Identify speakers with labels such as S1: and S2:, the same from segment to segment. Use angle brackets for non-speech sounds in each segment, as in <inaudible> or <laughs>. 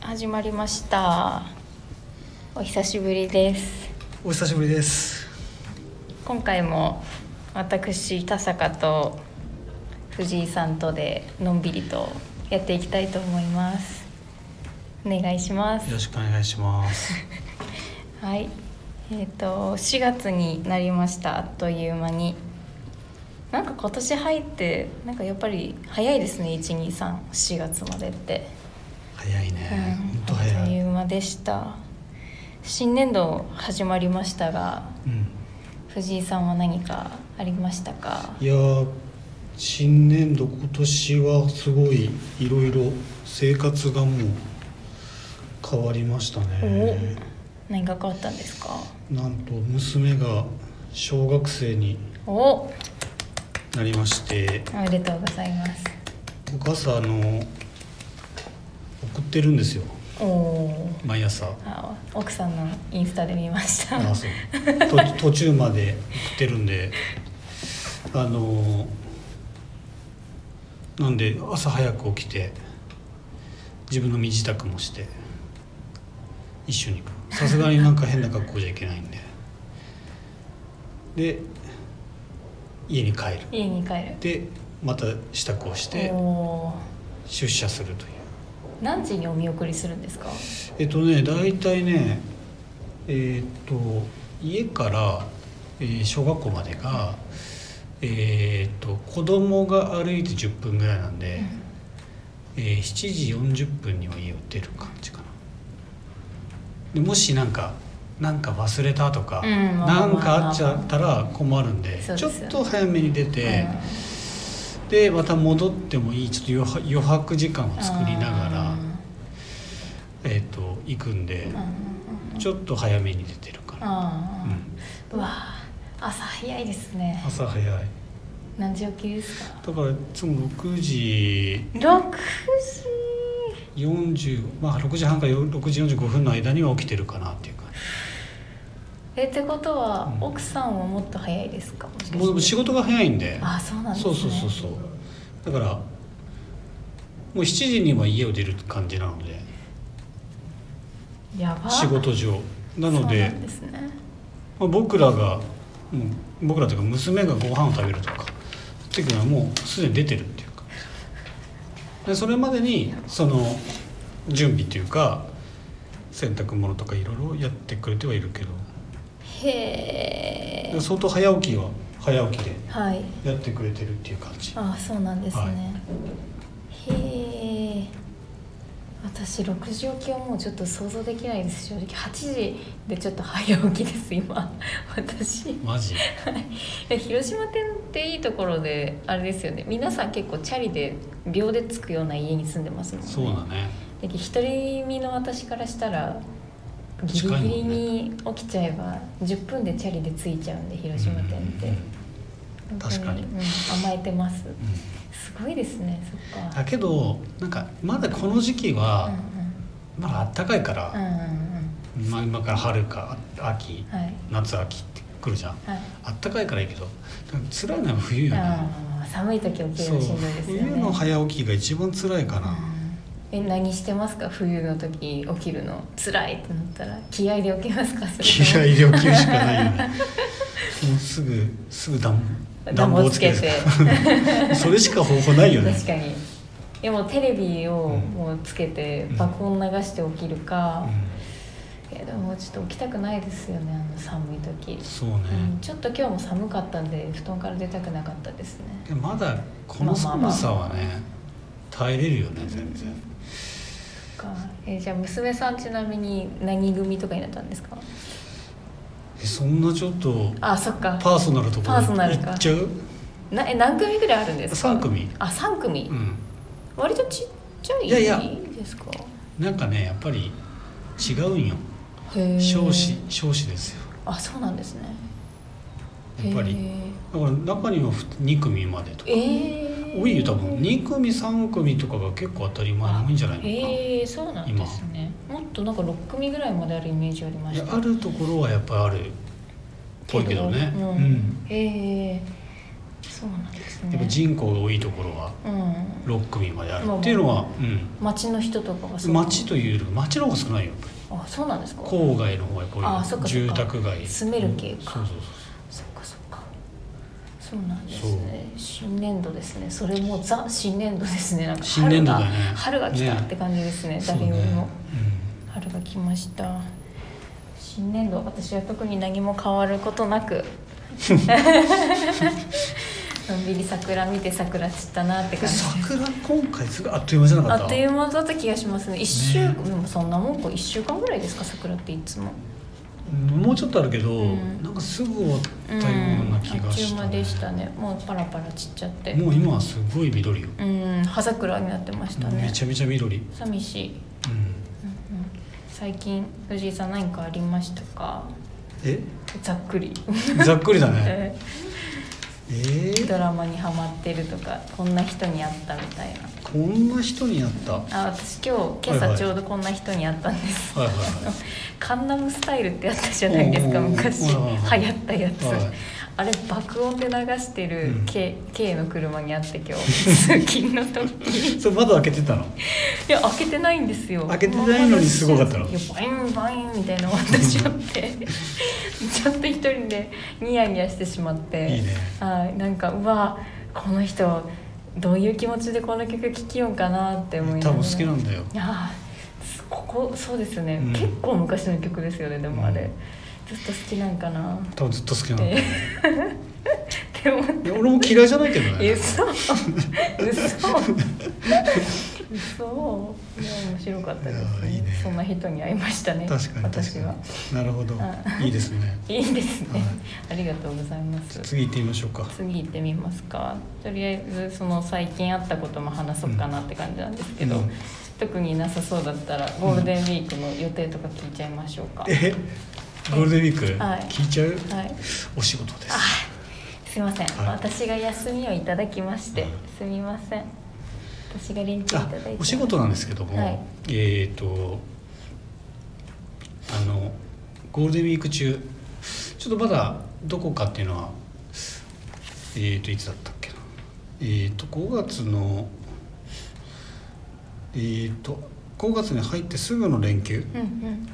S1: 始まりましたお久しぶりです
S2: お久しぶりです。
S1: 今回も私田坂と藤井さんとでのんびりとやっていきたいと思いますお願いします
S2: よろしくお願いします。
S1: はいえっ、と4月になりましたあっという間になんか今年入ってなんかやっぱり早いですね1234月までって
S2: 早いね。
S1: うん
S2: ほんと
S1: あっと
S2: 早
S1: い
S2: い。
S1: う間でした新年度始まりましたが
S2: うん。
S1: 藤井さんは何かありましたか
S2: いやー新年度今年はすごいいろいろ生活がもう変わりました
S1: お
S2: ね。
S1: 何が変わったんですか
S2: なんと娘が小学生に
S1: お
S2: なりまして、
S1: おめでとうございます
S2: 僕朝あの送ってるんですよ。
S1: おお
S2: 毎朝。
S1: あ奥さんのインスタで見ました
S2: あそうと
S1: <laughs>
S2: 途中まで送ってるんであのなんで朝早く起きて自分の身支度もして一緒にさすがになんか変な格好じゃいけないんでで家に帰る
S1: 家に帰る
S2: でまた支度をして
S1: おー
S2: 出社するという
S1: 何時にお見送りするんですか
S2: えっとね大体ねえーっと家から、えー小学校までがえーっと子供が歩いて10分ぐらいなんで、えー7時40分には家を出る感じかなでもしなんかなんか忘れたとか、
S1: うんまあ
S2: なんかあっちゃったら困るんで
S1: そうです
S2: ち
S1: よ
S2: ょっ
S1: ね
S2: と早めに出て、でまた戻ってもいいちょっと余白余白時間を作りながら
S1: うん、
S2: えーっと行くんで。
S1: うんうんうん
S2: ちょっと早めに出てるかな、
S1: あ
S2: う
S1: ー
S2: ん、
S1: うわー朝早いですね
S2: 朝早い
S1: 何時起きですか
S2: だからいつも6時
S1: 6時
S2: 40まあ6時半から6時45分の間には起きてるかなっていうか
S1: えってことは、
S2: うん
S1: 奥さんはもっと早いですかもしかして
S2: もう仕事が早いんで
S1: あそうなんです
S2: そ
S1: ね
S2: うそうそうそうだからもう7時には家を出る感じなので
S1: やば
S2: 仕事上なの
S1: そう
S2: で
S1: なんですね
S2: まあ、僕らがもう僕らというか娘がご飯を食べるとかっていうのはもうすでに出てるっていうかでそれまでにその準備というか洗濯物とかいろいろやってくれてはいるけど
S1: へ
S2: で
S1: え
S2: 相当早起きは早起きで
S1: はい
S2: やってくれてるっていう感じ
S1: あそうなんですね、
S2: は
S1: へえ私6時起きはもうちょっと想像できないです正直8時でちょっと早起きです今私
S2: マジ
S1: え広島店っていいところであれですよね皆さん結構チャリで秒で着くような家に住んでますもんね
S2: そうだね
S1: だけど独り身の私からしたらギリギリに起きちゃえば10分でチャリで着いちゃうんで広島店って、
S2: うんうん確かに
S1: 本当うん、甘えてます
S2: うん
S1: すごいですねそっか
S2: だけどなんかまだこの時期は
S1: うん
S2: まだあったかいから
S1: うん、うんうん
S2: まあ、今から春か秋
S1: うんはい
S2: 夏秋って来るじゃん
S1: はい
S2: あったかいからいいけど辛いのは冬よね
S1: あー寒い時起きるのし
S2: そうん
S1: どいですよね
S2: 冬の早起きが一番辛いか
S1: う
S2: なん
S1: え何してますか冬の時起きるの辛いってなったら気合で起きますかそれ
S2: 気
S1: とも
S2: 合で起きるしかないよねもうすぐすぐ暖
S1: 暖房つけて
S2: る <laughs> それしか方法ないよね
S1: <laughs> 確かにでもテレビを
S2: うん
S1: もうつけて
S2: うん
S1: 爆音流して起きるか、
S2: う
S1: けどもうちょっと起きたくないですよねあの寒い時
S2: ん、、そう
S1: うん、
S2: ね、
S1: ちょっと今日も寒かったんで布団から出たくなかったですね
S2: でまだこの寒さはね、耐えれるよね全然
S1: そっかえじゃあ娘さんちなみに何組とかになったんですか
S2: えそんなちょっと
S1: あそっか
S2: パーソナルとこ
S1: パーソナ
S2: ろ
S1: ル
S2: に
S1: か
S2: 行っちゃう
S1: なえ何組ぐらいあるんですか
S2: 3組
S1: あ三組、
S2: うん
S1: 割とちっちゃい
S2: いやいや
S1: ですか
S2: なんかねやっぱり違うんよ
S1: へえ
S2: 少子少子ですよ
S1: あそうなんですね
S2: やっぱりだから中には2組までとか
S1: えー、
S2: 多いよ多分2組3組とかが結構当たり前の多いんじゃないのかな、
S1: えー、そうなんですねもっとなんか6組ぐらいまであるイメージありま
S2: い
S1: し
S2: や
S1: た
S2: あるところはやっぱりあるっぽいけどね
S1: うん
S2: うん
S1: えー、そそうなんです
S2: やっぱ
S1: ね
S2: 人口が多いところは
S1: うん
S2: 6組まである
S1: まあ
S2: っていうのは、
S1: 町の人とかが
S2: うん、町というよりも町の方が少ないよやっぱり
S1: あそうなんですか
S2: 郊外の方がこう
S1: あ
S2: い
S1: そっ
S2: う
S1: かそっ
S2: 住
S1: か
S2: 宅街
S1: 住める系か
S2: うんそうそう
S1: そっかそっかそうなんですね新年度ですねそれもザ新年度ですねなんか
S2: 新
S1: 春
S2: 年度
S1: が、
S2: だね
S1: 春が来た
S2: ね
S1: って感じですね
S2: そうそう
S1: 誰よりも、
S2: うん
S1: 春が来ました新年度私は特に何も変わることなくのんびり桜見て桜散ったなって感じです
S2: 桜今回すごいあっという間じゃなか
S1: あ
S2: った
S1: っという間だった気がしますね一週
S2: ね
S1: でもそんなもんか1週間ぐらいですか桜っていつも
S2: うんもうちょっとあるけど、
S1: うん
S2: なんかすぐ終わった
S1: う
S2: よ
S1: ん
S2: うな気がした、
S1: あっという間でしたねもうパラパラ散っちゃって
S2: もう今はすごい緑よ、
S1: うん葉桜になってましたね
S2: めちゃめちゃ緑、うん、
S1: 寂しい、うんうん、最近藤井さん何かありましたか
S2: え
S1: ざっくり、
S2: ざっくりだね
S1: <laughs> え
S2: え
S1: ー
S2: ー、
S1: ドラマにハマってるとかこんな人に会ったみたいな
S2: こんな人になったはい
S1: あ私今日今
S2: はい
S1: 朝
S2: はい
S1: ちょうどこんな人に会ったんです、
S2: はい
S1: <laughs> カンナムスタイルってやったじゃないですか
S2: おー
S1: 昔流
S2: はいはいはい
S1: 行ったやつ、
S2: はい
S1: あれ爆音で流してる
S2: うん
S1: K,、K の車にあって今
S2: <laughs>
S1: 日通勤の時
S2: はいそれ窓開けてたの
S1: いや開けてないんですよ
S2: 開けてないのにすごかったの
S1: いやバインバインみたい <laughs> な渡しちゃってちょっと一人でニヤニヤしてしまって
S2: いいね
S1: はいなんかうわこの人どういう気持ちでこの曲聴きようかなって思いな
S2: 多
S1: がら
S2: 分好きなんだよ
S1: いやーここそうですね、
S2: うん
S1: 結構昔の曲ですよねでもあれ、
S2: うん
S1: ずっと好きなんかなっ
S2: 多分ずっと好きなんだよ、
S1: てって思って
S2: いや俺も嫌いじゃないけどね
S1: <laughs> え嘘嘘嘘いや面白かったですね
S2: いやいいね
S1: そんな人に会いましたね
S2: 確かに確
S1: 私
S2: か
S1: は
S2: になるほど
S1: うん
S2: いいです
S1: <laughs>
S2: ね
S1: いいですね、
S2: はい
S1: ありがとうございます
S2: 次行ってみましょうか
S1: 次行ってみますかとりあえずその最近あったことも話そうかなって感じなんですけど、
S2: うん
S1: 特になさそうだったらゴールデンウィークの予定とか聞いちゃいましょうか、
S2: えゴールデンウィーク、
S1: はい
S2: 聞いちゃう
S1: はい
S2: お仕事です
S1: すいません、
S2: はい
S1: 私が休みをいただきまして、
S2: うん
S1: すみません私が連休いた
S2: あ
S1: だいて
S2: お仕事なんですけども、
S1: はい
S2: えっ、とあのゴールデンウィーク中ちょっとまだどこかっていうのはえっ、といつだったっけなえっ、と5月のえっ、と5月に入ってすぐの連休
S1: うんうん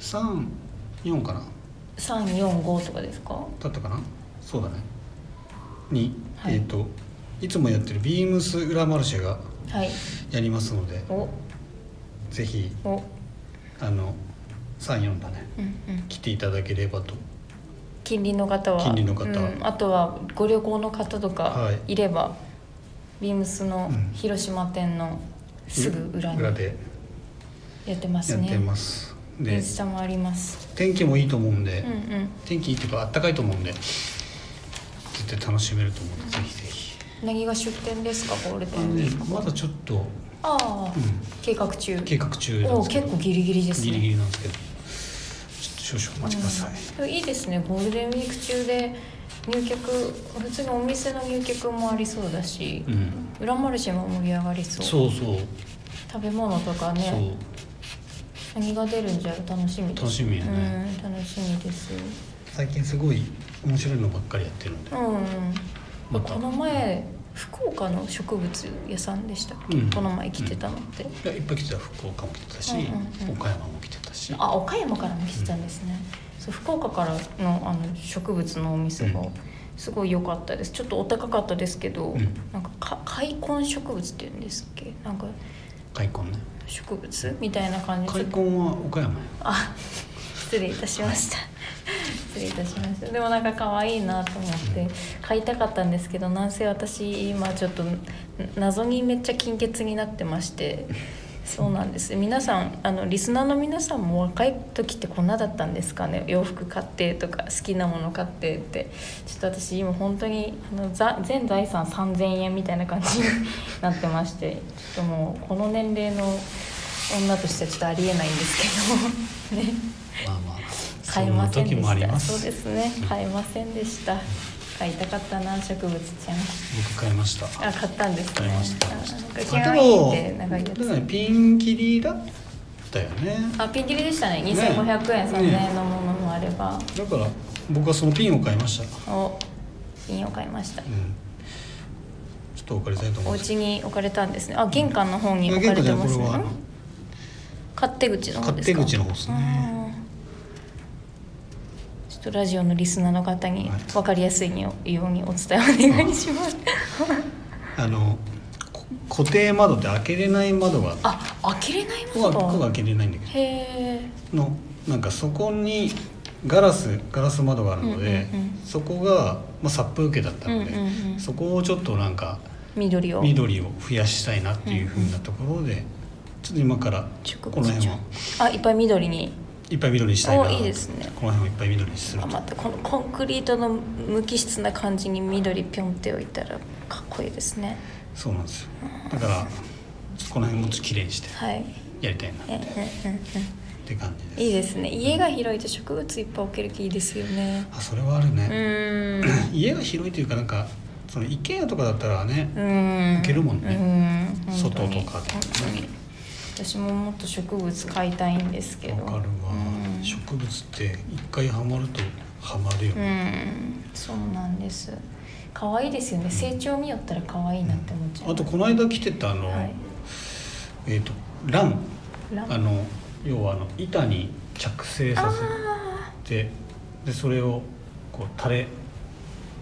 S2: 34かな
S1: 345とかですか
S2: だったかなそうだねに、
S1: はい
S2: えっ、といつもやってるビームス裏マルシェが
S1: はい
S2: やりますので
S1: お
S2: ぜひ
S1: お
S2: あの34だね
S1: うんうん
S2: 来ていただければと
S1: 近隣の方は
S2: 近隣の方
S1: うんあとはご旅行の方と
S2: は
S1: か
S2: い
S1: いれば、ビームスの
S2: うん
S1: 広島店のすぐ裏にや
S2: で
S1: ってま
S2: や
S1: す
S2: っ
S1: ね
S2: てます
S1: イ
S2: で
S1: ンスタもあります
S2: 天気もいいと思うんで、
S1: うんうん
S2: 天気いいっていうかあったかいと思うんで絶対楽しめると思うんでぜひぜひ
S1: うなぎが出店ですかゴールデ
S2: あ
S1: ン
S2: の
S1: ウィ
S2: ね
S1: ーク
S2: まだちょっと、
S1: ああ、
S2: う
S1: 計画中
S2: ん、計画中なん
S1: お
S2: ですけ
S1: 結
S2: ど
S1: 構ギリギリですね
S2: ギリギリなんですけどちょっと少々お待ちください、
S1: うんいいですねゴールデンウィーク中で入客普通にお店の入客もありそうだし、
S2: うん
S1: 裏マルシェも盛り上がりそう
S2: そうそう
S1: 食べ物とか
S2: そ
S1: ね
S2: う
S1: 何が出るんじゃろう楽しみです
S2: 楽しみやね
S1: うん楽しみです
S2: 最近すごい面白いのばっかりやってるんで
S1: うん、
S2: また
S1: この前福岡の植物屋さんでしたっけ、
S2: うん
S1: この前来てたのって、
S2: いやいっぱい来てた福岡も来てたし、
S1: うんうんうん
S2: 岡山も来てたし
S1: あ岡山からも来てたんですね、そう福岡からのあの植物のお店が
S2: うん
S1: すごい良かったですちょっとお高かったですけど、
S2: うん
S1: なんかか開墾植物っていうんですっけなんか
S2: 開墾ね
S1: 植物みたいな感じ
S2: 開
S1: で
S2: 墾は岡山や
S1: あ失礼いたしました失礼いたしましたでもなんか可愛いなと思って買いたかったんですけどなんせ私今ちょっとん謎にめっちゃ金欠になってましてそうなんです皆さんあのリスナーの皆さんも若い時ってこんなだったんですかね洋服買ってとか好きなもの買ってってちょっと私今本当にあのざ全財産3,000円みたいな感じになってましてちょっともうこの年齢の女としてはちょっとありえないんですけど <laughs> ね
S2: まあまあ
S1: 買えませんで
S2: その時もあり
S1: し
S2: ま
S1: た
S2: す
S1: そうですね
S2: うん
S1: 買えませんでした買いたかったな植物ちゃん
S2: 僕買いました
S1: あ買ったんですね
S2: 買いました
S1: あなんか
S2: あ
S1: 気
S2: で
S1: がいい
S2: も
S1: って長いや
S2: だから
S1: つ
S2: ねピン切りだったよね
S1: あピンキリでしたね2500
S2: ね
S1: 円、
S2: ね
S1: 3000円のものもあれば
S2: だから僕はそのピンを買いました
S1: おピンを買いました
S2: うんっとお借りしたいと思
S1: お
S2: うんです
S1: 家に置かれたんですねあ玄関の方に置
S2: け
S1: か
S2: ど
S1: れ
S2: 玄関じ
S1: て
S2: ゃな
S1: ますね
S2: いこれはあの
S1: 勝手口の方
S2: 勝
S1: です
S2: 手
S1: か
S2: 口の方ですね
S1: あーちょっとラジオのリスナーの方に
S2: はい
S1: 分かりやすいようにお伝えお願いします
S2: あのこ固定窓って開けれない窓があって
S1: あ開けれない
S2: こ
S1: も
S2: こはここが
S1: の
S2: 開けれないんだけ
S1: へえ
S2: どのなんかそこにガラスガラス窓があるので、
S1: うんうんうん
S2: そこが、まあ、殺風景だったので、
S1: うんうんうん
S2: そこをちょっとなんか
S1: 緑を
S2: 緑を増やしたいなっていうふうなところで、ちょっと今から
S1: 植
S2: こ
S1: 物
S2: の辺
S1: じゃ
S2: を
S1: んあいっぱい緑に
S2: いっぱい緑にしたいな
S1: おいいですね
S2: この辺をいっぱい緑にする
S1: あ
S2: と
S1: またこのコンクリートの無機質な感じに緑ピョンって置いたらかっこいいですね
S2: そうなんですよだからこの辺もちょっと綺麗にして
S1: はい
S2: やりたいな
S1: うんうんうんうん
S2: って感じです
S1: いいですね家が広いと植物いっぱい置ける気いいですよね
S2: あそれはある
S1: う
S2: ね、
S1: ーんう
S2: 家が広いというかなんかその IKEA とかだったらね、
S1: ーん
S2: 置けるもんね
S1: うん
S2: 外とか
S1: 本当に本当
S2: ね
S1: に私ももっと植物買いたいんですけど
S2: わかるわ、
S1: うん
S2: 植物って一回ハマるとハマるよ
S1: う
S2: ね、
S1: んそうなんです可愛いですよね成長見よったら可愛いなって思っちゃう
S2: あとこの間来てたあの、
S1: はい
S2: えっ、とラン
S1: ラン
S2: あの要はあの板に着生さ
S1: あ
S2: せてでそれをこう垂れ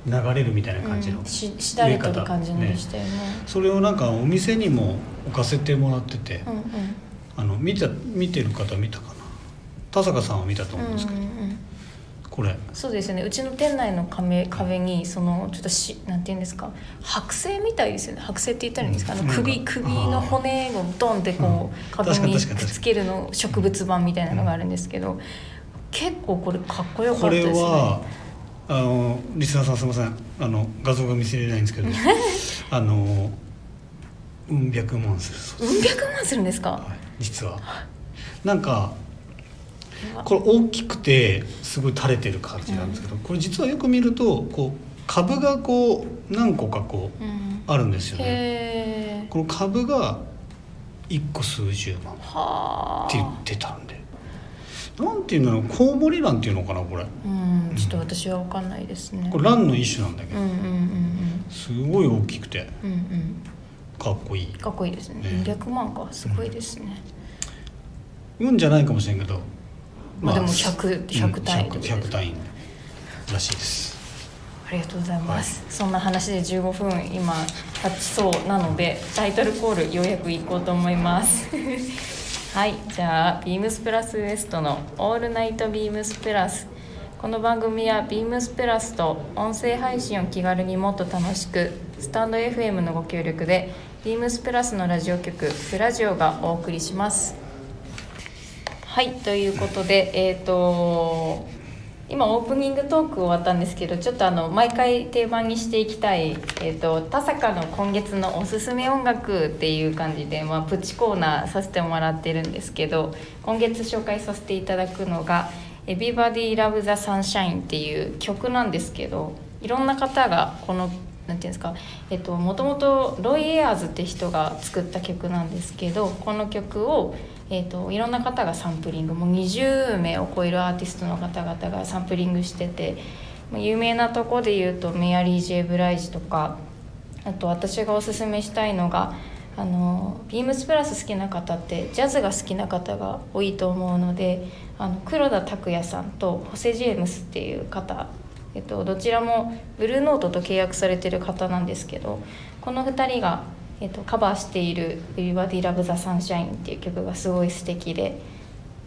S2: 流れるみたいな
S1: ー
S2: 感じの、
S1: うん、ししだれてる感じのでしたよね
S2: それをなんかお店にも置かせてもらってて、
S1: うんうん
S2: あの見た見てる方見たかな田坂さんは見たと思うんですけど、
S1: うんうんうん
S2: これ
S1: そうですよねうちの店内の壁壁にそのちょっとしなんて言うんですか剥製みたいですよね剥製って言ったらいいんですかあ
S2: うん
S1: の
S2: なんか
S1: 首首の骨をドンってこ
S2: うん
S1: う壁に
S2: 確かに確かに
S1: くっつけるの植物版みたいなのがあるんですけど結構これかっこよか
S2: こ
S1: ったで
S2: れ
S1: すね
S2: はあのリスナーさんすみませんあの画像が見せれないんです
S1: <laughs>
S2: けどあのうん百万するそうで
S1: うん百万するんです
S2: す、
S1: か
S2: はい、実はなんか
S1: うわ
S2: これ大きくてすごい垂れてる感じなんですけど、これ実はよく見るとこう株がこう何個かこう
S1: うん
S2: あるんですよね
S1: へえ
S2: この株が一個数十万って
S1: はあ
S2: 言ってたんでなんていうんだろうコウモリランっていうのかなこれ
S1: うんちょっと私は分かんないですね
S2: これランの一種なんだけ
S1: う
S2: ど
S1: んうんうんうん
S2: すごい大きくて
S1: うんうん
S2: かっこいい
S1: かっこいいですね
S2: ね
S1: 200万かすごいですね、
S2: うんじゃないかもしれんけど
S1: まあでも100 100単位ってことですね
S2: 100単位らしいです
S1: ありがとうございます、そんな話で15分今経ちそうなのでタイトルコールようやく行こうと思います <laughs> はいじゃあビームスプラスウエストのオールナイトビームスプラスこの番組はビームスプラスと音声配信を気軽にもっと楽しくスタンド FM のご協力でビームスプラスのラジオ局プラジオがお送りしますはいということでえっ、と今オープニングトーク終わったんですけどちょっとあの毎回定番にしていきたい、えー、と田坂の今月のおすすめ音楽っていう感じで、まあ、プチコーナーさせてもらってるんですけど今月紹介させていただくのが「エビバディ・ラブ・ザ・サンシャイン」っていう曲なんですけどいろんな方がこのなんていうんですかえっともともとロイ・エアーズって人が作った曲なんですけどこの曲を、えっと、いろんな方がサンプリングもう20名を超えるアーティストの方々がサンプリングしててまあ有名なとこで言うとメアリー・ジェイ・ブライジとかあと私がおすすめしたいのがあのビームスプラス好きな方ってジャズが好きな方が多いと思うのであの黒田拓也さんとホセ・ジェームスっていう方、えっと、どちらもブルーノートと契約されてる方なんですけどこの2人が、えっと、カバーしている「Everybody Love the Sunshine」っていう曲がすごい素敵で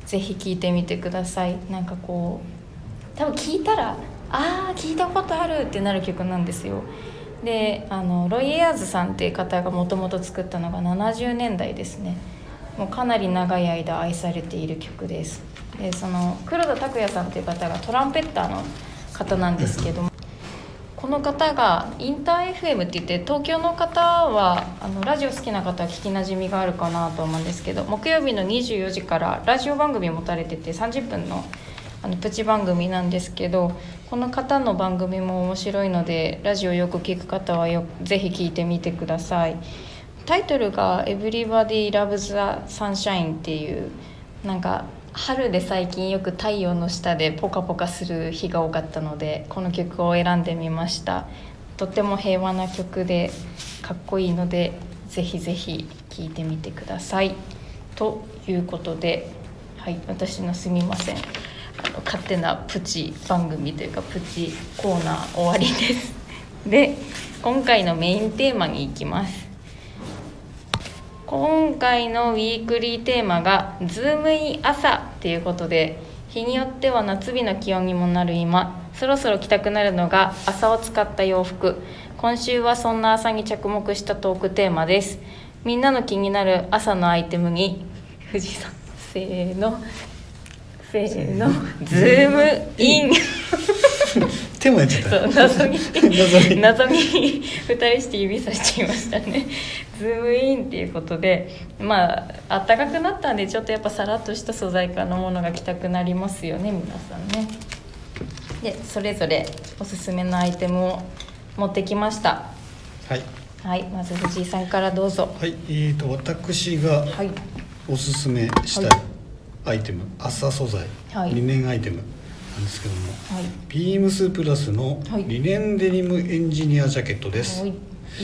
S1: ぜひ聴いてみてください。なんかこう多分聞いたら「ああ聞いたことある」ってなる曲なんですよ。であのロイ・エアーズさんっていう方がもともと作ったのが70年代ですねもうかなり長い間愛されている曲ですでその黒田拓也さんっていう方がトランペッターの方なんですけどもこの方がインター FM って言って東京の方はあのラジオ好きな方は聞きなじみがあるかなと思うんですけど木曜日の24時からラジオ番組持たれてて30分のあのプチ番組なんですけどこの方の番組も面白いのでラジオよく聞く方はよぜひ聞いてみてください。タイトルが「Everybody Loves the Sunshine」っていうなんか春で最近よく太陽の下でポカポカする日が多かったのでこの曲を選んでみましたとっても平和な曲でかっこいいのでぜひぜひ聴いてみてください。ということで、はい、私のすみませんあの勝手なプチ番組というかプチコーナー終わりです。で今回のメインテーマに行きます。今回のウィークリーテーマが「ズームイン朝」ということで日によっては夏日の気温にもなる今そろそろ着たくなるのが朝を使った洋服今週はそんな朝に着目したトークテーマですみんなの気になる朝のアイテムに富士山せーのせーのズームイン
S2: 手もやっちゃっ
S1: そう
S2: た
S1: 謎に
S2: 謎に
S1: 謎に2人して指さしちゃいましたねズームインっていうことでまあ暖かくなったんでちょっとやっぱさらっとした素材感のものが着たくなりますよね皆さんねでそれぞれおすすめのアイテムを持ってきました
S2: はい、
S1: はいまず藤井さんからどうぞ
S2: はい、えー、と私が
S1: はい
S2: おすすめしたい
S1: はい
S2: アイテム、朝素材、
S1: はい
S2: リネンアイテムなんですけども
S1: はい
S2: ビームスプラスの
S1: はい
S2: リネンデニムエンジニアジャケットです、
S1: おいいい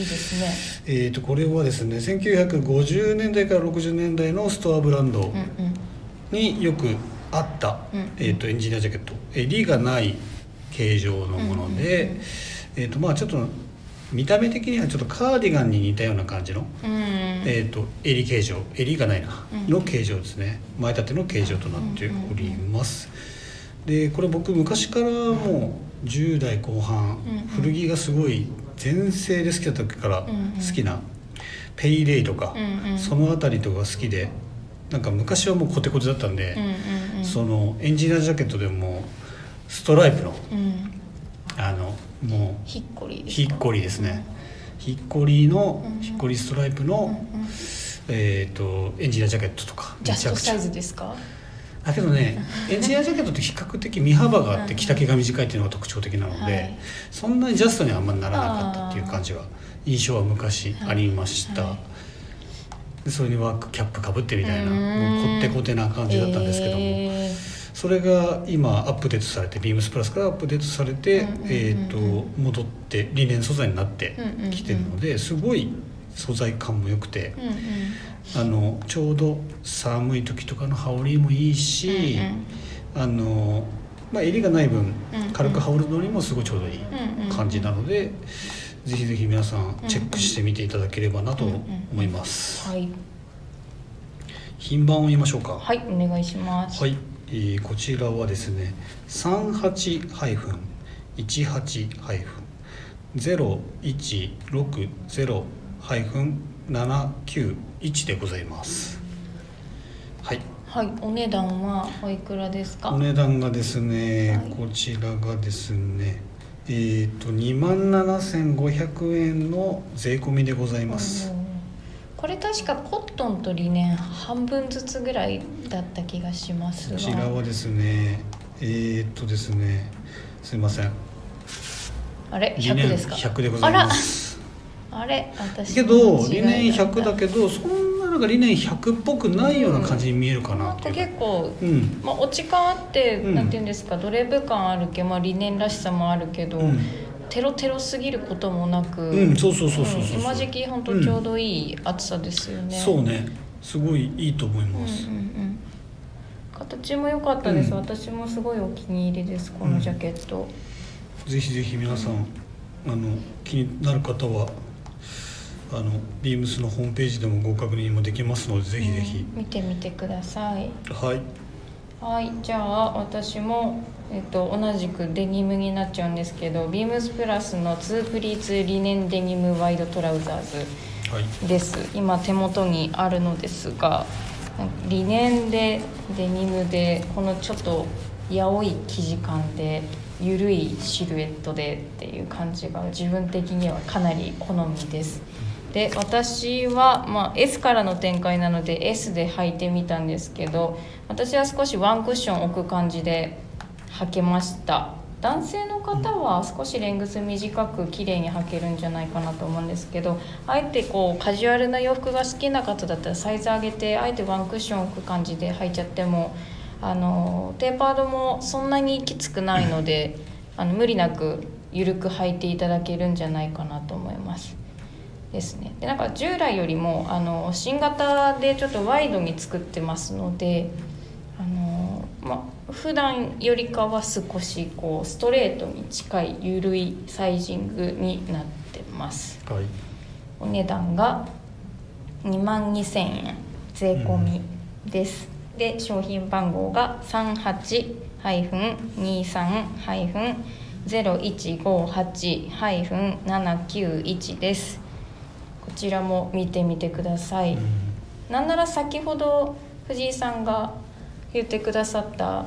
S1: ですね
S2: えー、とこれはですね1950年代から60年代のストアブランド
S1: うんうん
S2: によくあった、
S1: うん
S2: えー、とエンジニアジャケット襟がない形状のもので、
S1: うんうんうん
S2: えー、とまあちょっと見た目的にはちょっとカーディガンに似たような感じの、
S1: うん
S2: えー、と襟形状襟がないな、
S1: うん
S2: の形状ですね前立ての形状となっております、でこれ僕昔からもう10代後半、
S1: うんうん
S2: 古着がすごい全盛で好きだった時から
S1: んうん
S2: 好きな、ペイレイとか、
S1: うんうん
S2: その辺りとか好きでなんか昔はもうコテコテだったんで
S1: うん、うんうん
S2: そのエンジニアジャケットでもストライプの
S1: うん
S2: あのもう
S1: ひっこりですか
S2: ひっこりですね、ひっこりの、
S1: うんうん
S2: ひっこりストライプ
S1: うん
S2: の、
S1: うん
S2: えー、とエンジニアジャケットとか
S1: ジャスト
S2: めち
S1: サ
S2: ゃ
S1: イ
S2: くちゃ
S1: ズですか
S2: あけど
S1: <laughs>
S2: ねエンジニアジャケットって比較的身幅があって着丈が短いっていうのが特徴的なので、
S1: はい
S2: そんなにジャストにはあんまりならなかったっていう感じは印象は昔ありました、
S1: はいは
S2: でそれにワークキャップかぶってみたいな
S1: うーん
S2: もうこってこてな感じだったんですけども、
S1: え
S2: それが今アップデートされてビームスプラスからアップデートされて、
S1: うんうんうんうん
S2: えー、と戻ってリネン素材になってきてるので、すごい素材感も良くて
S1: ー。うんうん
S2: あのちょうど寒い時とかの羽織もいいし、あのまあ、襟がない分
S1: うんうん
S2: 軽く羽織るのにもすごいちょうどいい
S1: うんうん
S2: 感じなので、ぜひぜひ皆さんチェックしてみていただければなと
S1: うんうん
S2: 思います、
S1: はい、
S2: 品番を言いましょうか
S1: はい、お願いします。
S2: はい、えーこちらはですね38-18-0160-791でございますはい
S1: はい、お値段はおいくらですか。
S2: お値段がですね、
S1: はい
S2: こちらがですねえっ、と2万7500円の税込みでございます、
S1: うんこれ確かコットンとリネン半分ずつぐらいだった気がします
S2: こ
S1: が。
S2: ちらはですねえっ、とですねすいません
S1: あれ、
S2: リ
S1: 百
S2: ネン
S1: ですか。
S2: 100でございます
S1: あら、あれ、私
S2: け
S1: の間違い
S2: ど理念
S1: だった
S2: 100だけどそんななんか理念100っぽくないような感じに見えるかな
S1: なん
S2: って
S1: か
S2: いう
S1: 結構。
S2: うん、
S1: まあ、落ち感あって、
S2: うん
S1: なんていうんですかドレブ感あるけど、まあ、理念らしさもあるけど、
S2: うん
S1: テロテロすぎることもなく、
S2: うん、そうそうそうそう
S1: うん
S2: そう
S1: 今時期本当ちょうどいい暑さですよね、
S2: そうねすごいいいと思い
S1: うんうん
S2: ます、
S1: うん形も良かったです、
S2: うん
S1: 私もすごいお気に入りですこのジャケット、
S2: ぜひぜひ皆さんあの気になる方はあのビームスのホームページでもご確認もできますのでぜひぜひ、
S1: うん見てみてください
S2: はい
S1: はいじゃあ私も、えっと、同じくデニムになっちゃうんですけどビームスプラスの2プリーツリネンデニムワイドトラウザーズ
S2: はい
S1: です今手元にあるのですがリネンでデニムでこのちょっとやおい生地感でゆるいシルエットでっていう感じが自分的にはかなり好みですで私は、まあ、S からの展開なので S で履いてみたんですけど私は少しワンクッション置く感じで履けました男性の方は少しレングス短く綺麗に履けるんじゃないかなと思うんですけどあえてこうカジュアルな洋服が好きな方だったらサイズ上げてあえてワンクッション置く感じで履いちゃってもあのテーパードもそんなにきつくないのであの無理なく緩く履いていただけるんじゃないかなと思います。ですね、でなんか従来よりもあの新型でちょっとワイドに作ってますのであの、まあ普段よりかは少しこうストレートに近い緩いサイジングになってます。
S2: はい
S1: お値段が2万2000円税込みです、で商品番号が38-23-0158-791ですこちらも見てみてください、
S2: うん
S1: なんなら先ほど藤井さんが言ってくださった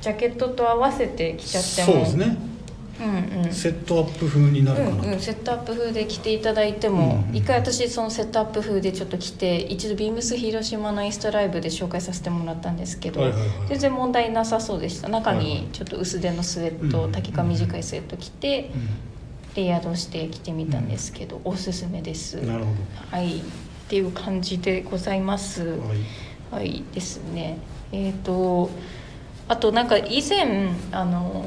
S1: ジャケットと合わせて着ちゃっても
S2: そうですね、
S1: うんうん
S2: セットアップ風になるかなと、
S1: うんうん、セットアップ風で着ていただいても、
S2: うんうん
S1: 一回私そのセットアップ風でちょっと着て一度ビームス広島のインスタライブで紹介させてもらったんですけど、
S2: はいはいはい
S1: 全然問題なさそうでした中
S2: はいはい
S1: にちょっと薄手のスウェッ
S2: うん
S1: ト、
S2: うん
S1: 丈が短いスウェット着て
S2: う
S1: レイヤードして着てみたんですけど、おすすめです
S2: ん、なるほ
S1: はいっていう感じでございます、
S2: ど、はい、
S1: はいですね。えっ、とあとなんか以前あの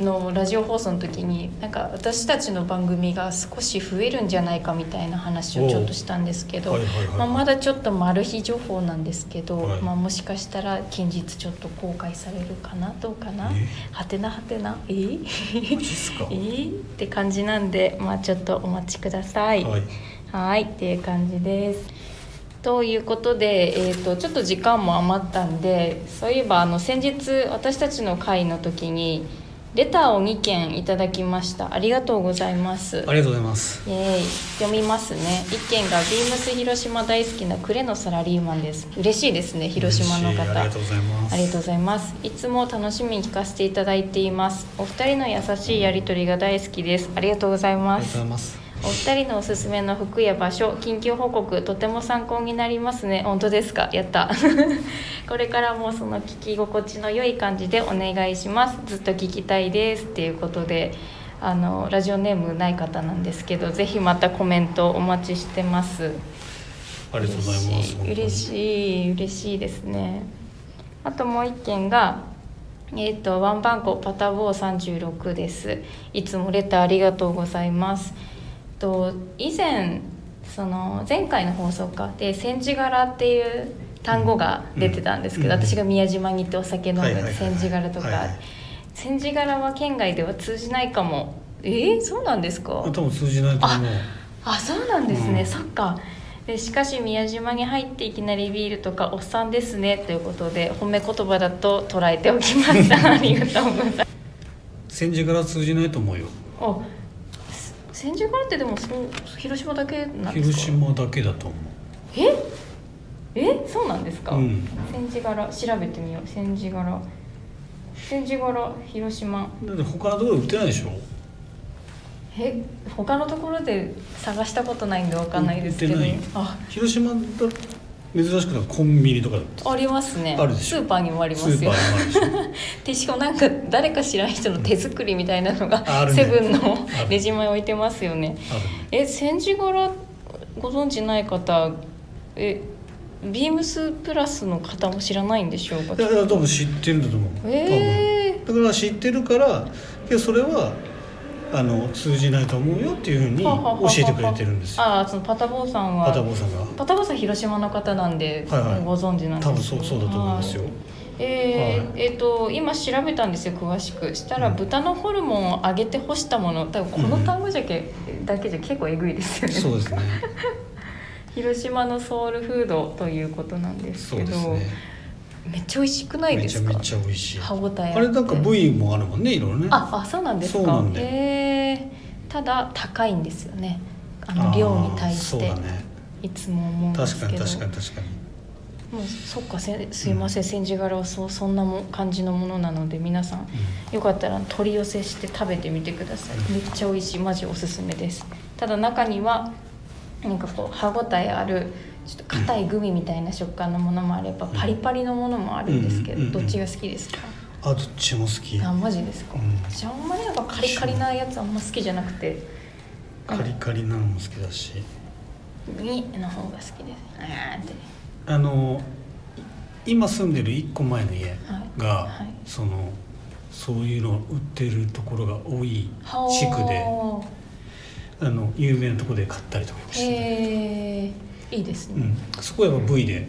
S1: のラジオ放送の時になんか私たちの番組が少し増えるんじゃないかみたいな話をちょっとしたんですけど、
S2: おうはいはいはい
S1: まあ、まだちょっとマル秘情報なんですけど、
S2: はい
S1: まあ、もしかしたら近日ちょっと公開されるかなどうかな
S2: え
S1: はてなはてなえ
S2: マジっすか
S1: <laughs> えって感じなんで、まあ、ちょっとお待ちください。
S2: はい
S1: はいっていう感じです。ということで、えー、とちょっと時間も余ったんでそういえばあの先日私たちの会の時にレターを2件いただきましたありがとうございます
S2: ありがとうございます
S1: イエーイ読みますね1件が「ビームス広島大好きな呉のサラリーマンです」嬉しいですね広島の
S2: 嬉しい
S1: 方
S2: ありがとうございます
S1: ありがとうございます。いつも楽しみに聞かせていただいています。お二人の優しいやりとりが大好きです。ありがとうござい
S2: あ
S1: ま
S2: りがとうご
S1: す
S2: ざい。ます
S1: お二人のおすすめの服や場所緊急報告とても参考になりますね本当ですかやった <laughs> これからもその聞き心地の良い感じでお願いしますずっと聞きたいですっていうことであのラジオネームない方なんですけどぜひまたコメントお待ちしてます
S2: ありがとうございます
S1: 嬉
S2: い
S1: しい嬉しい嬉しいですねあともう一件がえっ、とワンバンコパタボー36ですいつもレターありがとうございますと以前その前回の放送かで「千字柄」っていう単語が出てたんですけど、
S2: うんうん
S1: 私が宮島に行ってお酒飲む
S2: はいはいはいはい
S1: 千字柄とか、
S2: はいはい
S1: 千字柄は県外では通じないかもえー、そうなんですか
S2: 多分通じないと思う
S1: あそうなんですね、
S2: うん
S1: そっかでしかし宮島に入っていきなりビールとかおっさんですねということで褒め言葉だと捉えておきました
S2: <laughs>
S1: ありがとうございます
S2: 戦時から通じないと思うよ
S1: おせ千住からってでもそう広島だけなんです
S2: 広
S1: か
S2: 島だけだと思
S1: ええそうなんですか、
S2: ううん
S1: 千字柄調べてみよう千字柄千字柄広島
S2: だって他のところで売ってないでしょ
S1: え他のところで探したことないんでわかんないですけど
S2: 売ってない
S1: あ
S2: 広島だ珍しくなんかコンビニとかだって
S1: ありますね
S2: あるでしょ
S1: スーパーにもありま
S2: ス
S1: す
S2: ー
S1: よ
S2: パーにもあるでし
S1: <laughs>
S2: ょ
S1: でしかもなんか誰か知らん人の手作りみたいなのが、
S2: あるね
S1: セブンの
S2: ある
S1: レジ前置いてますよね
S2: ある
S1: え千字柄ご存知ない方えビームスプラスの方も知らないんでしょうか
S2: いやいや多分知ってるんだと思う、
S1: え
S2: 多分だから知ってるからけどそれはあの通じないと思うよっていうふうに
S1: ははは
S2: 教
S1: は
S2: えてくれてるんですよ
S1: ああそのパタボーさんは
S2: パタボーさんが
S1: パタボーさん広島の方なんで、
S2: はいはい
S1: ご存知なんです
S2: 多
S1: ね
S2: 分そうそうだと思いますよ
S1: はえー
S2: は
S1: えーと今調べたんですよ詳しくしたら
S2: うん
S1: 豚のホルモンを揚げて干したもの多分この単語じゃけ、だけじゃ結構えぐいですよね
S2: そうですね
S1: 広島のソウルフードということなんです
S2: そう
S1: け
S2: で
S1: ど
S2: すね
S1: めっちゃ美味しくないで
S2: めちゃ
S1: すか
S2: めちゃ美味しい
S1: 歯応えあって
S2: あれなんか部位もあるもんねいろいろね
S1: ああそうなんです
S2: そうな
S1: か
S2: んだよ
S1: へえただ高いんですよねあ
S2: あ
S1: の
S2: ー
S1: 量に対し
S2: そう
S1: て
S2: だね
S1: いつも思うんです
S2: 確
S1: け
S2: か
S1: ど
S2: に確かに確かに
S1: もうそっかせすいません千字柄はそうそんなも感じのものなので皆さんよかったら取り寄せして食べてみてくださいめっちゃ美味しいマジおすすめですただ中にはなんかこう歯ごたえあるちょっと硬いグミみたいな食感のものもあればパリパリのものもあるんですけ
S2: うんうんうん
S1: どどっちが好きですか
S2: あどっちも好き
S1: あマジですか
S2: うん
S1: 私あんまりなんかカリカリなやつあんま好きじゃなくて
S2: カリカリなのも好きだし
S1: ミの方が好きですあーって
S2: あのい今住んでる一個前の家が、
S1: はいはい
S2: そのそういうのを売ってるところが多い
S1: はあ
S2: 地区であの有名なところで買ったりとかして、
S1: へえいいです
S2: う
S1: ね、
S2: ん、そこはやっぱ V で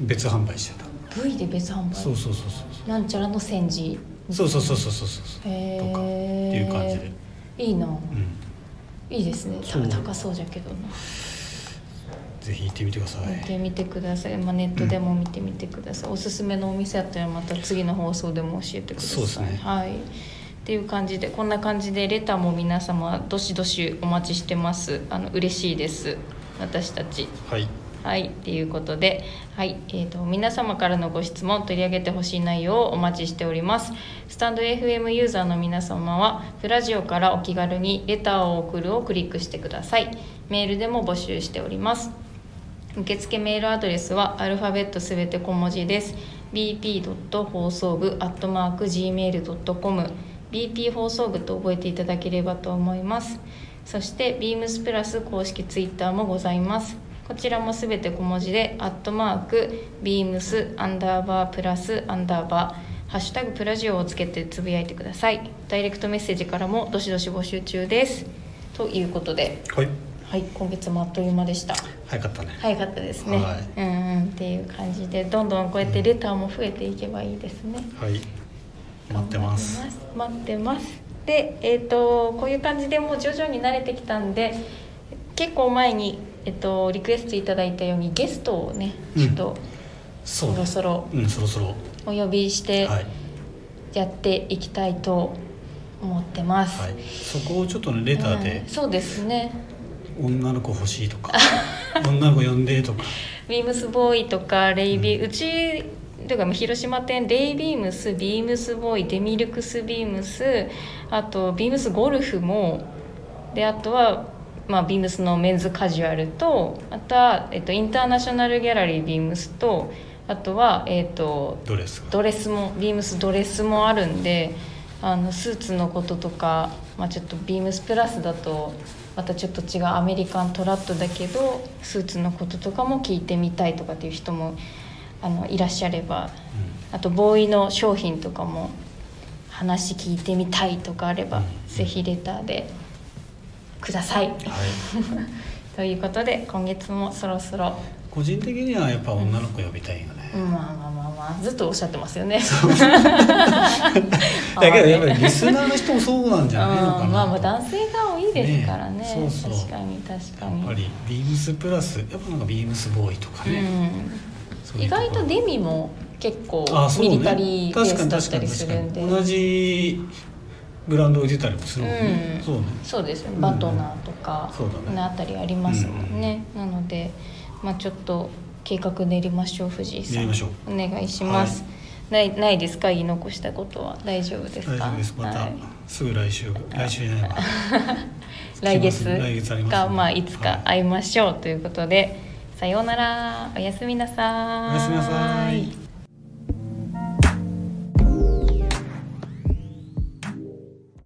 S2: 別販売してた、
S1: V で別販売
S2: そうそうそうそ
S1: なんちゃらの戦時
S2: うそうそうそうそうそうそう
S1: へ
S2: とかっ
S1: え
S2: ていう感じで、
S1: いいな
S2: うん、
S1: いいですねた
S2: そう
S1: 高そうじゃけどな
S2: ぜひ行ってみてください、
S1: 見てみてください、まあ、ネットでも見てみてください、おすすめのお店あったらまた次の放送でも教えてください
S2: そうですね
S1: はいっていう感じでこんな感じでレターも皆様どしどしお待ちしてますあの嬉しいです私たち
S2: はい
S1: はいっていうことで、はいえー、と皆様からのご質問取り上げてほしい内容をお待ちしておりますスタンド FM ユーザーの皆様は「フラジオからお気軽にレターを送る」をクリックしてくださいメールでも募集しております受付メールアドレスはアルファベットすべて小文字です bp. 放送部 gmail.com bp 放送部と覚えていただければと思いますそして beams プラス公式ツイッターもございますこちらもすべて小文字で、アットマーク、ビームス、アンダーバー、プラス、アンダーバー、ハッシュタグプラジオをつけてつぶやいてください。ダイレクトメッセージからもどしどし募集中です。ということで、
S2: はい
S1: はい、今月もあっという間でした。
S2: 早かったね
S1: 早かったですね。
S2: は
S1: うんうんっていう感じで、どんどんこうやってレターも増えていけばいいですね。
S2: はい待ってます
S1: 待ってますでえっ、とこういう感じでもう徐々に慣れてきたんで結構前に、えっとリクエストいただいたようにゲストをね
S2: うん
S1: ちょっと
S2: そ
S1: そう
S2: ね
S1: ろそろ
S2: うんそろそろ
S1: お呼びして
S2: はい
S1: やっていきたいと思ってます、
S2: はい、そこをちょっとねレターで
S1: うんそうですね
S2: 「女の子欲しい」とか <laughs> 「女の子呼んで」とか
S1: ビームスボーイとかレイビー、うちというか広島店レイビームスビームスボーイデミルクスビームスあとビームスゴルフもであとは、まあ、ビームスのメンズカジュアルとあとは、えっと、インターナショナルギャラリービームスとあとは、えっと、
S2: ドレスが
S1: ドレスもビームスドレスもあるんであのスーツのこととか、まあ、ちょっとビームスプラスだとまたちょっと違うアメリカントラットだけどスーツのこととかも聞いてみたいとかっていう人もあのいらっしゃればあとボーイの商品とかも話聞いてみたいとかあれば、
S2: うん
S1: ぜひレターでください。
S2: うん、はい
S1: <laughs> ということで今月もそろそろ、
S2: 個人的にはやっぱ女の子呼びたいよね、
S1: うんまあまあまあまあずっとおっしゃってますよね。 <laughs>
S2: だけどやっぱりリスナーの人もそうなんじゃないのかな
S1: うんまあまあ男性が多いですからね
S2: ねそうそう
S1: 確かに確かに、
S2: やっぱりビームスプラスやっぱなんかビームスボーイとかね、そううんい
S1: 意
S2: うこ
S1: 外とデミも結構
S2: あそう
S1: ミ
S2: ね
S1: リタリーベースだったりするんで
S2: 確かに確かに確かに同じブランドを置いてたりもするもんね、
S1: うん
S2: そうね
S1: そうですよね
S2: うん
S1: バトナーとか、
S2: そうだね
S1: あたりありますもんね、なので、まあ、ちょっと計画練りましょう藤井さん
S2: 練りましょう
S1: お願いします、ないないですか言い残したことは大丈夫ですか
S2: 大丈夫ですまた、
S1: はい
S2: すぐ来週来週じゃないわ
S1: 来月
S2: 来ます来月ありますね
S1: か、まあ、いつか会いましょうということで、さようならおやすみなさーい
S2: おやすみなさい